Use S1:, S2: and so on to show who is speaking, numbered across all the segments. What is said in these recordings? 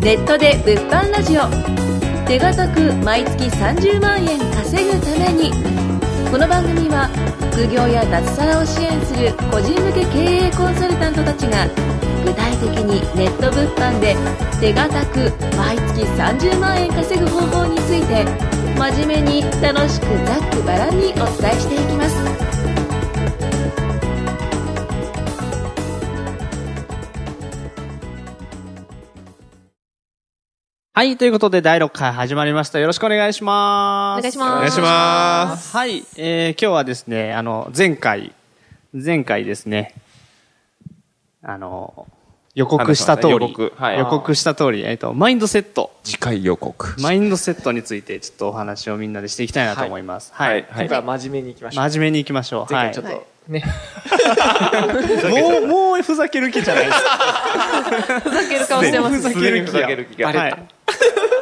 S1: ネットで物販ラジオ手堅く毎月30万円稼ぐためにこの番組は副業や脱サラを支援する個人向け経営コンサルタントたちが具体的にネット物販で手堅く毎月30万円稼ぐ方法について真面目に楽しくざっくばらんにお伝えしていきます
S2: はい、ということで第6回始まりました。よろしくお願いします。。
S1: お願いしますお
S3: 願いします
S2: はい、えー今日はですね、あの、前回、前回ですね、あの、予告した通り、
S3: 予告はい
S2: 予告した通り、えっ、と、マインドセット、
S3: 次回予告。
S2: マインドセットについてちょっとお話をみんなでしていきたいなと思います。はい。
S3: はい。は
S4: 今
S3: い。
S4: 回は真面目にいきましょう。
S2: 真面目にいきましょう。は
S4: 前
S2: い
S4: 回ちょ。っとね、
S2: もう、もうふざける気じゃないですか。
S1: ふざける顔してま
S2: もう
S1: す
S2: ふざける気
S3: ふざ
S2: や
S3: ける気が
S2: はい。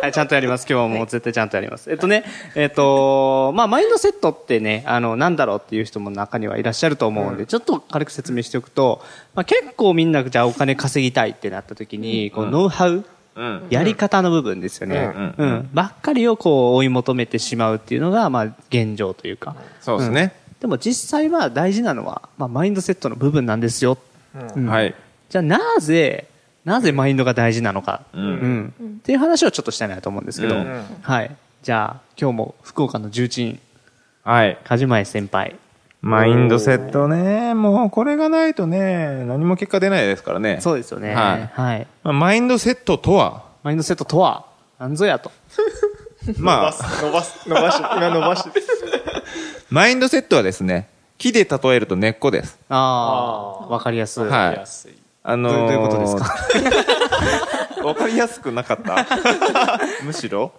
S2: はい、ちゃんとやります。今日はもう絶対ちゃんとやります。えっとね、えっと、まあ、マインドセットってね、あの、なんだろうっていう人も中にはいらっしゃると思うんで、ちょっと軽く説明しておくと、まあ、結構みんな、じゃあお金稼ぎたいってなった時に、こう、ノウハウ
S3: うん。
S2: やり方の部分ですよね。
S3: うん
S2: うん。ばっかりをこう、追い求めてしまうっていうのが、まあ、現状というか。
S3: そうですね。
S2: でも実際は大事なのは、まあ、マインドセットの部分なんですよ。うん
S3: はい。
S2: じゃあなぜ、なぜマインドが大事なのか、
S3: うん
S2: うんっていう話をちょっとしたいなと思うんですけど、
S3: うん
S2: はい。じゃあ今日も福岡の重鎮、
S3: はい。
S2: 梶前先輩。
S3: マインドセットね。もうこれがないとね、何も結果出ないですからね。
S2: そうですよね。
S3: はい
S2: はい。
S3: まあマインドセットと は、
S2: マインドセットとは、なんぞやと。
S3: まあ、
S4: 伸ばす、伸 ばし、今伸ばし。
S3: マインドセットはですね、木で例えると根っこです。
S2: ああ、わかりやすい。
S3: はい
S4: 安い。
S3: あのー
S2: どうどういうことです
S3: か わかりやすくなかった むしろ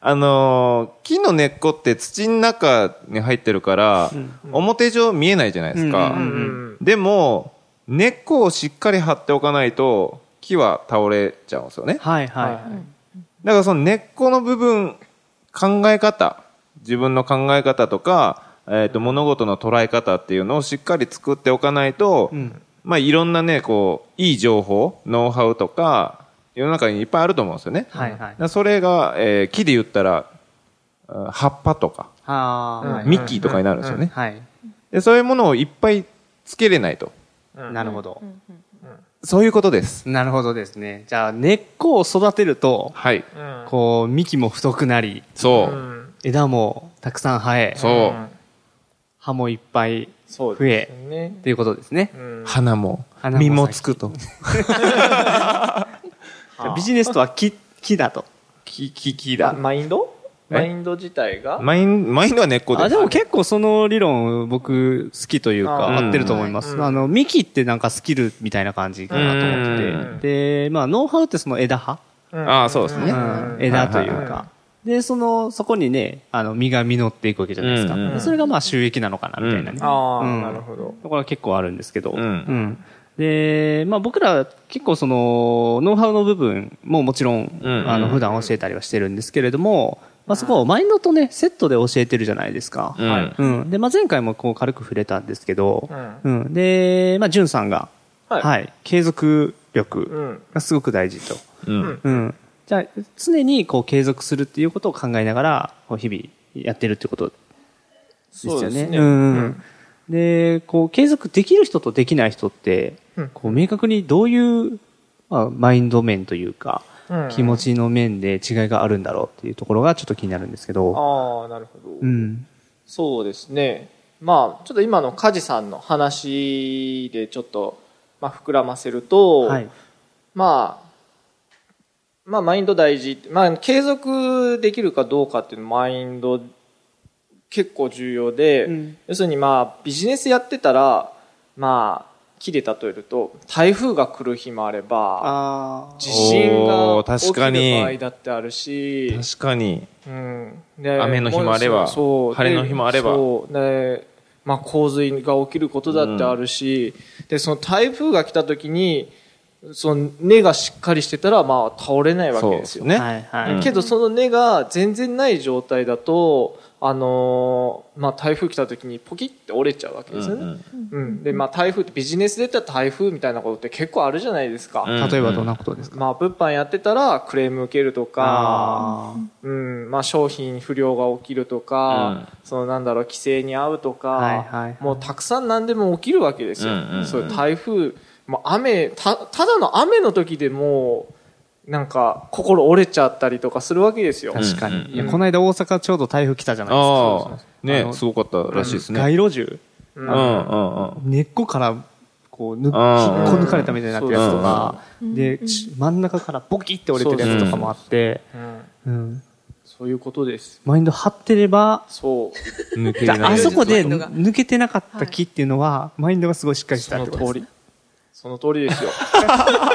S3: あのー木の根っこって土の中に入ってるから、表上見えないじゃないですか、
S2: うんうん
S4: うん
S3: でも根っこをしっかり張っておかないと木は倒れちゃうんですよね
S2: はいはい。
S3: だからその根っこの部分、考え方、自分の考え方とか、えっ、と、物事の捉え方っていうのをしっかり作っておかないと、
S2: うん
S3: まあいろんなね、こう、いい情報、ノウハウとか、世の中にいっぱいあると思うんですよね。
S2: はいはい
S3: だからそれが、えー木で言ったら、あ葉っぱとか、
S2: あ
S3: ミッキーとかになるんですよ
S2: あ、
S3: ね。
S2: はい。
S3: で、そういうものをいっぱいつけれないと。
S4: うん
S2: なるほど。
S3: そういうことです。
S2: なるほどですね。じゃあ根っこを育てると、
S3: はい。
S4: うん
S2: こう、幹も太くなり、
S3: そうう。
S4: ん
S2: 枝もたくさん生え、
S3: そうう。
S4: ん
S2: 葉もいっぱい
S4: そう
S2: 増え
S4: ですね
S2: と。いうことですね。
S4: うん
S3: 花も、
S2: 花も咲き
S3: 実もつくと。
S2: じゃあビジネスとは木、木だと。
S3: 木、木、木だ。
S4: あマインド
S3: え
S4: マインド自体が
S3: マイン、マインドは根っこです。
S2: あでも結構その理論僕好きというか
S4: あ
S3: ー
S2: 合ってると思います、
S4: うん
S2: あの幹ってなんかスキルみたいな感じかなと思ってて、
S3: うん
S2: でまあノウハウってその枝葉、
S3: あーそうです
S2: う
S3: ね
S2: ん枝というか、
S4: はいはいは
S2: でそのそこにねあの実が実っていくわけじゃないですか、
S3: うんうん
S2: でそれがまあ収益なのかなみたいなね、
S4: あ
S2: う
S4: あ、
S2: ん
S4: なるほど。
S2: ところは結構あるんですけど、
S3: うん
S2: で、まあ、僕ら結構そのノウハウの部分ももちろん、
S3: うん
S2: あの
S3: うん
S2: 普段教えたりはしてるんですけれども、まあ、そこをマインドとねセットで教えてるじゃないですか、
S3: うん
S2: はいうんでまあ、前回もこう軽く触れたんですけど
S4: う、ん
S2: うんで、まあ、んさんが、
S4: はい
S2: 継続
S4: う
S2: 力
S4: ん。
S2: がすごく大事と、
S3: うん。
S2: うん、じゃあ常にこう継続するっていうことを考えながらこう日々やってるってことです
S4: そう
S2: よ
S4: です
S2: ね。
S4: ね。
S2: うん
S4: うん
S2: で、こう、継続できる人とできない人って、
S4: うん
S2: こう、明確にどういう、まあ、マインド面というか、
S4: うん
S2: 気持ちの面で違いがあるんだろうっていうところがちょっと気になるんですけど、
S4: ああ、なるほど
S2: う。ん。
S4: そうですね。まあ、ちょっと今の梶さんの話でちょっと、まあ、膨らませると、
S2: はい。
S4: まあ、まあ、マインド大事。まあ、継続できるかどうかっていうのマインド結構重要で、
S2: うん
S4: 要するにまあ、ビジネスやってたら、まあ、木で例えると、台風が来る日もあれば、
S2: あ
S4: 地震
S3: お
S4: が
S3: ー
S4: 起き
S3: 確かに
S4: る場合だってあるし、
S3: 確かに。
S4: うん、で
S3: 雨の日もあれば
S4: そう
S3: 晴れの日もあれば
S4: でそうで、まあ、洪水が起きることだってあるし、でその台風が来た時にその根がしっかりしてたら、まあ、倒れないわけ
S3: そう
S4: で
S3: ですす
S4: よ。
S3: ね。
S2: はいはい。
S4: けどその根が全然ない状態だと、あのーまあ、台風来た時にポキって折れちゃうわけですよね。
S3: う
S4: うんん
S3: うん
S4: で、まあ、台風ってビジネスで言ったら台風みたいなことって結構あるじゃないですか。
S3: うん
S2: 例えばどんなことですか
S4: まあ、物販やってたらクレーム受けると
S2: あ
S4: か、
S2: ー
S4: うんまあ、商品不良が起きるとか、そのなんだろう規制に遭うとか、
S2: はいはいはい
S4: もうたくさん何でも起きるわけですよ、
S3: うんうんうん
S4: そういう台風、まあ、雨たただの雨の時でもうなんか心折れちゃったりとかするわけですよ、
S3: ん
S2: 確かに、
S3: うん
S2: いやこの間大阪ちょうど台風来たじゃないです
S3: あ
S2: か
S3: あ、ね
S2: あの
S3: すごかったらしいですね。
S2: 街路樹
S4: う
S3: うんんうんうん。
S2: 根っこからこうぬ引っこ
S3: あー
S2: 抜かれたみたいになってるやつとか、で、ち真ん中からボキって折れてるやつとかもあって、
S4: うん
S2: うん、
S4: そういうことです
S2: マインド張ってれば
S4: そう
S3: 抜け
S2: だから
S3: れな
S2: あ
S3: い。
S2: そこで
S5: マインドが
S2: 抜けてなかった木っていうのは、マインドがすごいしっかりして
S4: そ
S2: たっ
S4: の
S2: て こと
S4: 通
S2: ですね
S4: りその通りですよ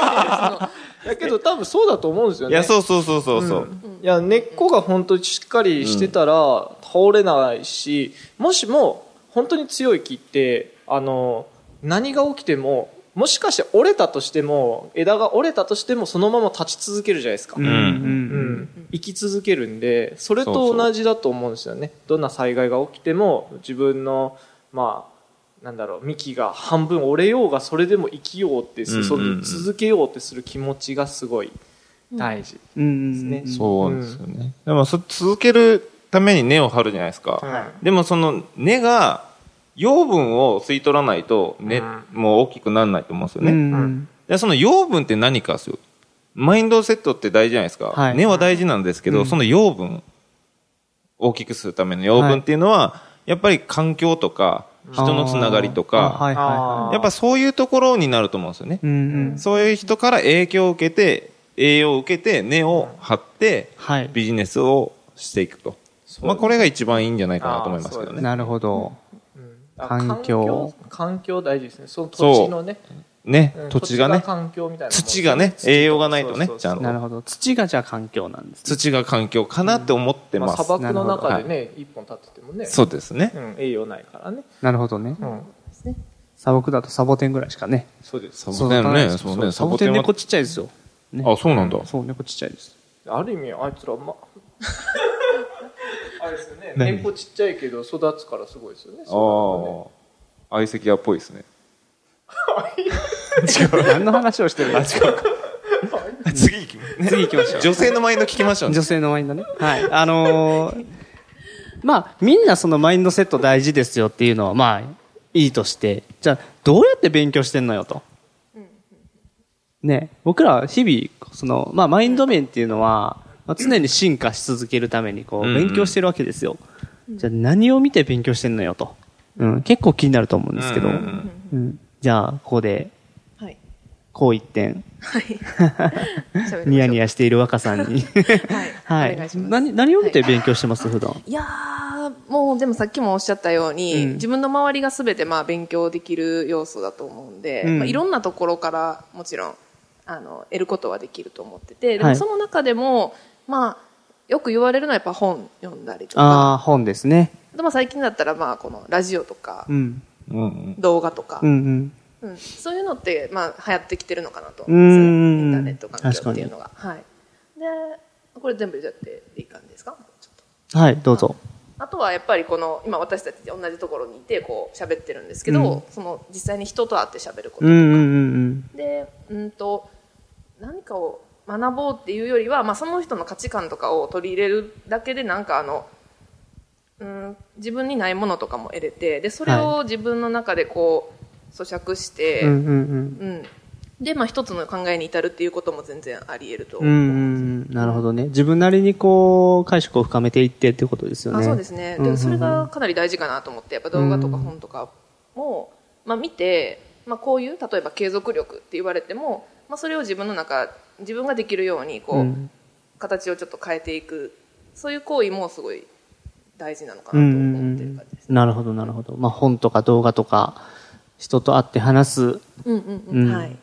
S4: だけど多分そうだと思うんですよ
S3: い
S4: ね
S3: や、そうそうそうそうそう。
S4: いや根っこが本当にしっかりしてたら倒れないし、もしも本当に強い木ってあの何が起きてももしかして折れたとしても枝が折れたとしてもそのまま立ち続けるじゃないですか、
S2: うんう
S3: うん
S2: ん
S4: 生き続けるんでそれ
S3: そうそ
S4: と
S3: う
S4: 同じだと思うんですよねどんな災害が起きても自分のまあなんだろう幹が半分折れようがそれでも生きようってす、
S3: うんうんうん
S4: その続けようってする気持ちがすごい大事、
S2: うんうん
S4: ですね
S3: そうですよね。でも、そ続けるために根を張るじゃないですか。
S4: はい
S3: でも、その根が、養分を吸い取らないと、ね、
S4: うん
S3: もう大きくならないと思うんですよ
S2: う
S3: ね。
S2: ん
S4: うん
S3: でその養分って何かですよ。マインドセットって大事じゃないですか。
S2: はい
S3: 根は大事なんですけど、
S2: うん
S3: その養分、大きくするための養分っていうのは、やっぱり環境とか、人のつながりと
S2: あー
S3: か、
S2: はいはいは
S4: あー
S3: やっぱそういうところになると思うんですよね
S2: い。うんうん
S3: そういう人から影響を受けて、栄養を受けて、根を張って、
S2: はい
S3: ビジネスをしていくと。まあ、これが一番いいんじゃないかなと思いますけどね。
S2: なるほど
S4: うんあ
S2: 環境
S4: 環境大事ですねその
S3: そう
S4: 土地のね
S3: ね
S4: う、ん
S3: 土地がね、
S4: 環境みたいなもん
S3: 土がね
S4: 土
S3: 栄養がないとね
S4: そうそうそう
S3: ちゃんと
S2: なるほど土がじゃあ環境なんですね
S3: 土が環境かなって思って
S4: ま
S3: ま
S4: あ、
S3: す。
S4: 砂漠の中
S3: なる
S4: で
S3: ほ
S4: ね、一本立っててもね
S3: そうですね
S4: う、。ん、栄養ないからね、
S2: なるほどね
S4: うん、
S2: 砂漠だとサボテンぐらいしかね
S4: そうです
S3: サボテンね、そうね、
S2: サボテン
S3: は
S2: 猫ちっちゃいですよね
S3: あ、そうなんだ。
S2: そう猫ちっちゃいです
S4: ある意味あいつら まあれですよね
S3: 何
S4: 根っこちっちゃいけど育つからすごいですよね
S3: ああ、相席屋っぽいですね。
S2: 何の話をしてるんですか
S3: 次行きま
S2: 次行きましょう
S3: 女性のマインド聞きましょうね
S2: 女。性のマインドね。はい。あのーまあ、みんなそのマインドセット大事ですよっていうのは、まあ、いいとして、じゃあ、どうやって勉強してんのよと。ね、僕らは日々、その、まあ、マインド面っていうのは、まあ、常に進化し続けるために、こう、
S3: うんうん
S2: 勉強してるわけですよ。じゃあ、何を見て勉強してんのよと。うん、結構気になると思うんですけど、
S3: うんうんうん
S2: うんじゃあ、ここで、
S5: はい。
S2: こう一点、
S5: はい。喋りましょう
S2: ニヤニ。ヤしている若さんに。
S5: は。
S2: はいい。
S5: お願いします。
S2: 何、何を見て勉強してます、普段。
S5: いやー、もうでもさっきもおっしゃったように、
S2: うん
S5: 自分の周りが全てまあ勉強できる要素だと思うんで、
S2: うん
S5: まあ、いろんなところからもちろんあの得ることはできると思ってて、で
S2: は
S5: も
S2: い
S5: その中でも、まあ、よく言われるのはやっぱ本読んだりとか、
S2: ああ、本ですね。
S5: あとまあ最近だったらまあこのラジオとか
S2: うん。
S3: うんうん
S5: 動画とか、
S2: うんうん。
S5: うんそういうのって、まあ、流行ってきてるのかなと思うんですよ
S2: うん
S5: ねインターネット環境っていうのが。はい、でこれ全部やっていい感じですかちょっと
S2: はい、どうぞ。
S5: あとはやっぱりこの今私たち同じところにいてこう喋ってるんですけど、その実際に人と会って喋ること、
S2: うんうんうん
S5: でうんと何かを学ぼうっていうよりは、まあ、その人の価値観とかを取り入れるだけでなんかあの、うん、自分にないものとかも得れてでそれを自分の中でこう咀嚼して。
S2: うん。うんうん
S5: うん、で、まあ、一つの考えに至るっていうことも全然あり得ると、
S2: うん。うんうんうん。なるほどね。自分なりにこう、解釈を深めていってっていうことですよね。
S5: あそうですね、
S2: うんうんう
S5: で
S2: ん
S5: それがかなり大事かなと思ってやっぱ動画とか本とかも、まあ、見て、まあ、こういう例えば継続力って言われても、まあ、それを自分の中自分ができるようにこう、
S2: うん
S5: 形をちょっと変えていくそういう行為もすごい大事なのか
S2: うん
S5: なと
S2: うんう
S5: 思ってる
S2: ん
S5: 感じですね。
S2: なるほど、なるほど。まあ、本とか動画とか、人と会って話す。
S5: うんうんうん
S2: うん
S5: はい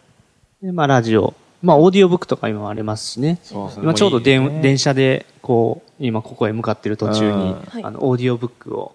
S2: でまあ、ラジオ。まあ、オーディオブックとか今もありますしね。
S3: そうですね。
S2: 今ちょうど電
S3: もいいね
S2: 電車で、こう、今ここへ向かってる途中に
S3: うん
S5: は、い
S2: あの、オーディオブックを、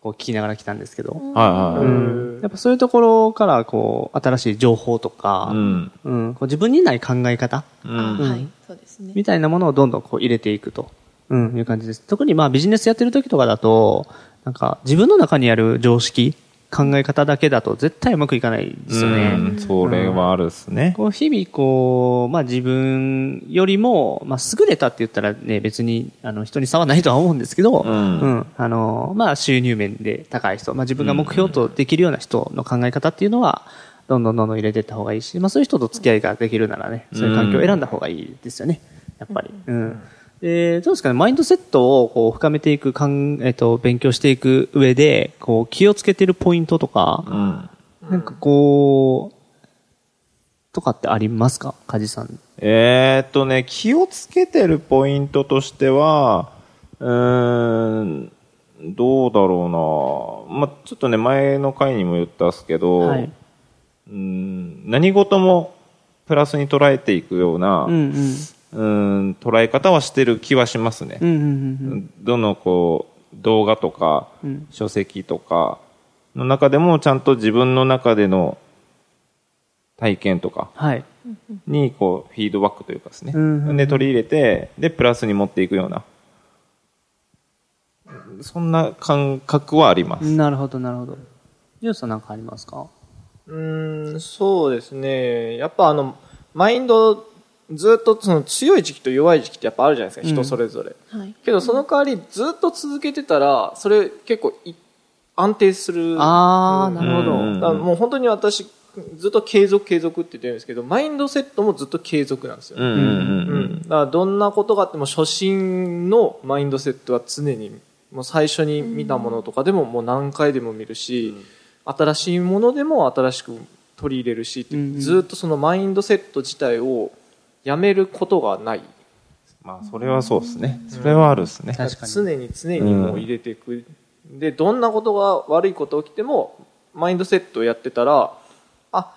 S2: こう聞きながら来たんですけど、
S3: はいは
S2: う
S3: い。
S2: ん、やっぱそういうところからこう新しい情報とか、
S3: うん。
S2: うん、こう自分にない考え方
S3: うん。
S5: は
S2: う
S5: い
S2: ん、
S5: そうですね。
S2: みたいなものをどんどんこう入れていくと、うん、いう感じです。特にまあビジネスやってる時とかだと、なんか自分の中にある常識、考え方だけだと絶対うまくいかないですよね。
S3: うんそれはあるですね。
S2: こう日々こう、まあ自分よりも、まあ優れたって言ったらね、別にあの人に差はないとは思うんですけど、
S3: うん
S2: あの、まあ収入面で高い人、まあ自分が目標とできるような人の考え方っていうのは、どんどんどんどん入れていった方がいいし、まあそういう人と付き合いができるならね、そういう環境を選んだ方がいいですよね、やっぱり。うん。で、どうですかね、マインドセットをこう深めていく、かんえっと、勉強していく上で、こう気をつけてるポイントとか、
S3: うん。
S2: なんかこう、とかってありますか梶さん。
S3: えーっとね、気をつけてるポイントとしては、うーん、どうだろうなまあちょっとね、前の回にも言ったっすけど、
S2: はい。
S3: うん何事もプラスに捉えていくような、
S2: うんうん。
S3: うん捉え方はしてる気はしますね。
S2: うんうん
S3: どのこう動画とか
S2: うんうん。
S3: 書籍とかの中でもちゃんと自分の中での体験とか
S2: はい。
S3: にこうフィードバックというかですね、
S2: うんうんうん
S3: で取り入れてでプラスに持っていくようなそんな感覚はあります。
S2: なるほど、なるほど。ジュースさんなんかありますか
S4: うーんそうですねやっぱあのマインドずっとその強い時期と弱い時期ってやっぱあるじゃないですか、
S2: うん
S4: 人それぞれ
S5: はい。
S4: けどその代わりずっと続けてたらそれ結構い安定する
S2: あー、
S4: うん
S2: なるほど。
S3: うん
S4: だからもう本当に私ずっと継続継続って言ってるんですけどマインドセットもずっと継続なんですよ、
S3: うんうんうんう
S4: うんんだからどんなことがあっても初心のマインドセットは常にもう最初に見たものとかでももう何回でも見るし、新しいものでも新しく取り入れるしって、
S2: うんうん
S4: ずっとそのマインドセット自体をやめることがない
S3: まあそれはそうですね。それはあるですね。
S2: 確かに
S4: 常に常にもう入れていく、でどんなことが悪いこと起きてもマインドセットをやってたらあ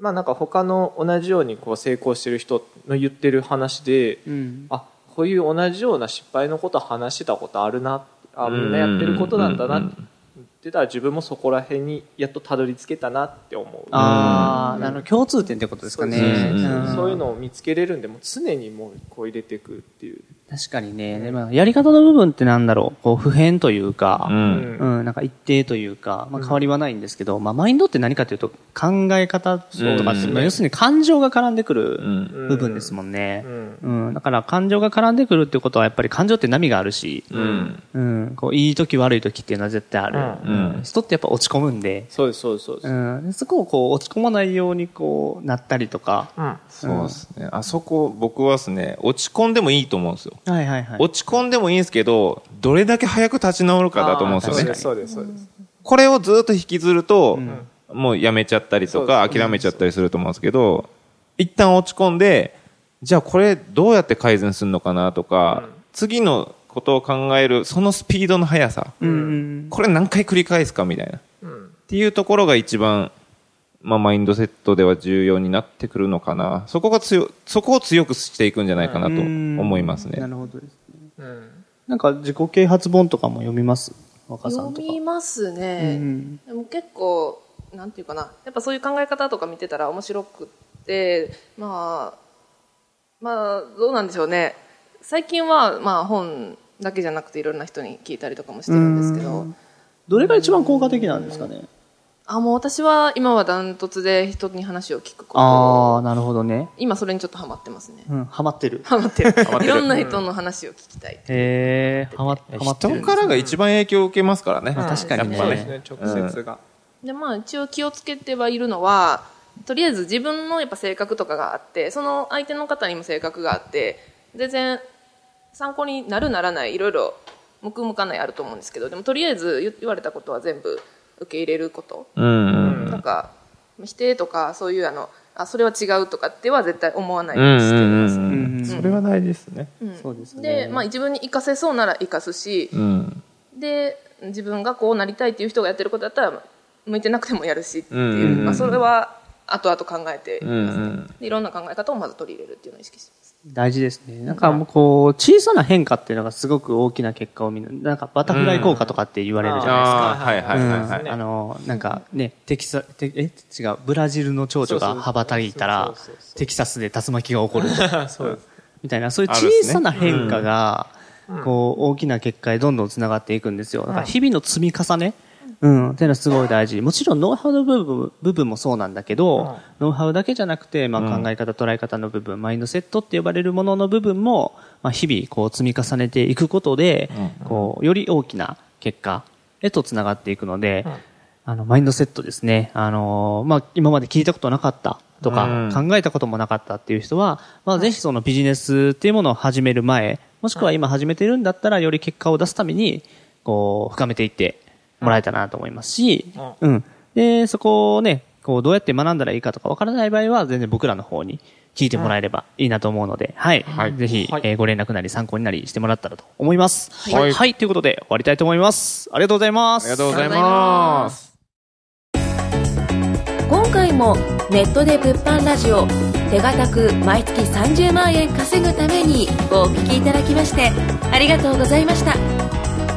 S4: まあなんか他の同じようにこう成功してる人の言ってる話で
S2: うん。
S4: あこういう同じような失敗のこと話してたことあるなあみんなやってることなんだな
S3: うんうん
S4: っ
S3: うん
S4: て言ってたら自分もそこら辺にやっとたどり着けたなって思う
S2: あー、なるほど。共通点ってことですか
S4: そう
S2: ね。
S4: です
S3: ね
S2: ん
S4: そういうのを見つけれるんでもう常にもうこう入れていくっていう、
S2: 確かにね。でもやり方の部分ってなんだろう。こう、普遍というか、
S3: うん
S2: うん、なんか一定というか、まあ、変わりはないんですけど、まあ、マインドって何かというと考え方とかって、
S3: うん
S2: まあ要するに感情が絡んでくる
S3: うん
S2: 部分ですもんね
S4: う、ん
S2: うんだから感情が絡んでくるってことはやっぱり感情って波があるし、
S3: うん
S2: うんこういい時悪い時っていうのは絶対ある、
S3: うん
S2: 人ってやっぱ落ち込むんで、
S4: そうですそうですそうです、
S2: うん、そこをこう落ち込まないようにこうなったりとか、
S4: うん
S3: そうですね。あそこ、僕はですね、落ち込んでもいいと思うんですよ。
S2: はいはいはい
S3: 落ち込んでもいいんですけど、どれだけ早く立ち直るかだと思うんです
S4: そ
S3: よ
S4: う
S2: あ
S4: で
S2: ー
S3: ね
S4: す。そうですそうです
S3: これをずっと引きずると、
S2: ん
S3: もうやめちゃったりとか、
S4: そうです
S3: 諦めちゃったりすると思うんですけど、一旦落ち込んで、じゃあこれどうやって改善するのかなとか、
S4: うん
S3: 次のことを考える、そのスピードの速さ、
S2: うんうん
S3: これ何回繰り返すかみたいな。っ
S4: うん
S3: ていうところが一番、まあ、マインドセットでは重要になってくるのかな。そこが強、そこを強くしていくんじゃないかなと思いますね。
S2: なるほどですね
S4: うん
S2: なんか自己啓発本とかも読みます若さんと
S5: 読
S2: か
S5: みますね。
S2: うん
S5: でも結構なんていうかなやっぱそういう考え方とか見てたら面白くってまあまあどうなんでしょうね最近はまあ本だけじゃなくていろんな人に聞いたりとかもしてるんですけ
S2: う
S5: ど
S2: んどれが一番効果的なんですかね
S5: あもう私は今はダントツで人に話を聞くこと
S2: ああなるほどね
S5: 今それにちょっとハマってますね
S2: うんハマってる
S5: ハマってる
S3: マってる
S5: いろんな人の話を聞きたい
S2: へえハマってる
S3: 人からが一番影響を受けますからね。
S2: まあ確かにね
S3: やっ
S4: そ
S3: ぱ
S4: うですね直接が、
S5: でまあ一応気をつけてはいるのはとりあえず自分のやっぱ性格とかがあってその相手の方にも性格があって全然参考になるならないいろいろ向く向かないあると思うんですけどでもとりあえず言言われたことは全部受け入れること、
S3: うんうん
S5: なんか否定とかそういうあのあそれは違うとかっては絶対思わない
S3: うん
S5: ようにして
S3: う
S5: ます、
S2: う
S3: んうんんそれは大事ですね。
S5: うん
S2: そうですね
S5: で、まあ、自分に生かせそうなら生かすし、
S3: うん。
S5: で自分がこうなりたいっていう人がやってることだったら向いてなくてもやるしっていう、
S3: うんうんうん
S5: まあ、それは後々考えてい
S3: うんう
S5: ます、
S3: ん。
S5: でいろんな考え方をまず取り入れるっていうのを意識してます。
S2: 大事ですね。なんかもうこう、小さな変化っていうのがすごく大きな結果を見る。なんかバタフライ効果とかって言われるじゃないですか。
S3: ああ、はいはいはいはい。
S2: うんあの、なんかね、テキサ、テえ、違う、ブラジルの蝶々が羽ばたいたら
S4: そうそうそうそう、
S2: テキサスで竜巻が起こる。
S4: そう
S2: みたいな、そういう
S3: あるです
S2: 小
S3: ね
S2: さな変化が、こう、大きな結果へどんどん繋がっていくんですよ。だから日々の積み重ね、うん、っていうのはすごい大事。もちろんノウハウの部分部分もそうなんだけど、ノウハウだけじゃなくて、まあ、考え方、捉え方の部分、マインドセットって呼ばれるものの部分も、まあ、日々こう積み重ねていくことで、こう、より大きな結果へと繋がっていくので、あの、マインドセットですね。あのーまあ、今まで聞いたことなかったとか、
S3: う
S2: 考えたこともなかったっていう人は、まあ、ぜひそのビジネスっていうものを始める前、もしくは今始めてるんだったら、より結果を出すために、こう、深めていってもらえたらなと思いますし、うん。で、そこをね、こう、どうやって学んだらいいかとかわからない場合は、全然僕らの方に聞いてもらえればいいなと思うので、はい。ぜひ、えーご連絡なり参考になりしてもらったらと思います。
S3: はい
S2: はい。ということで、終わりたいと思います。ありがとうございま
S3: あ
S2: す。
S3: りがとうございます。
S1: 今回もネットで物販ラジオ手堅く毎月30万円稼ぐためにお聞きいただきましてありがとうございました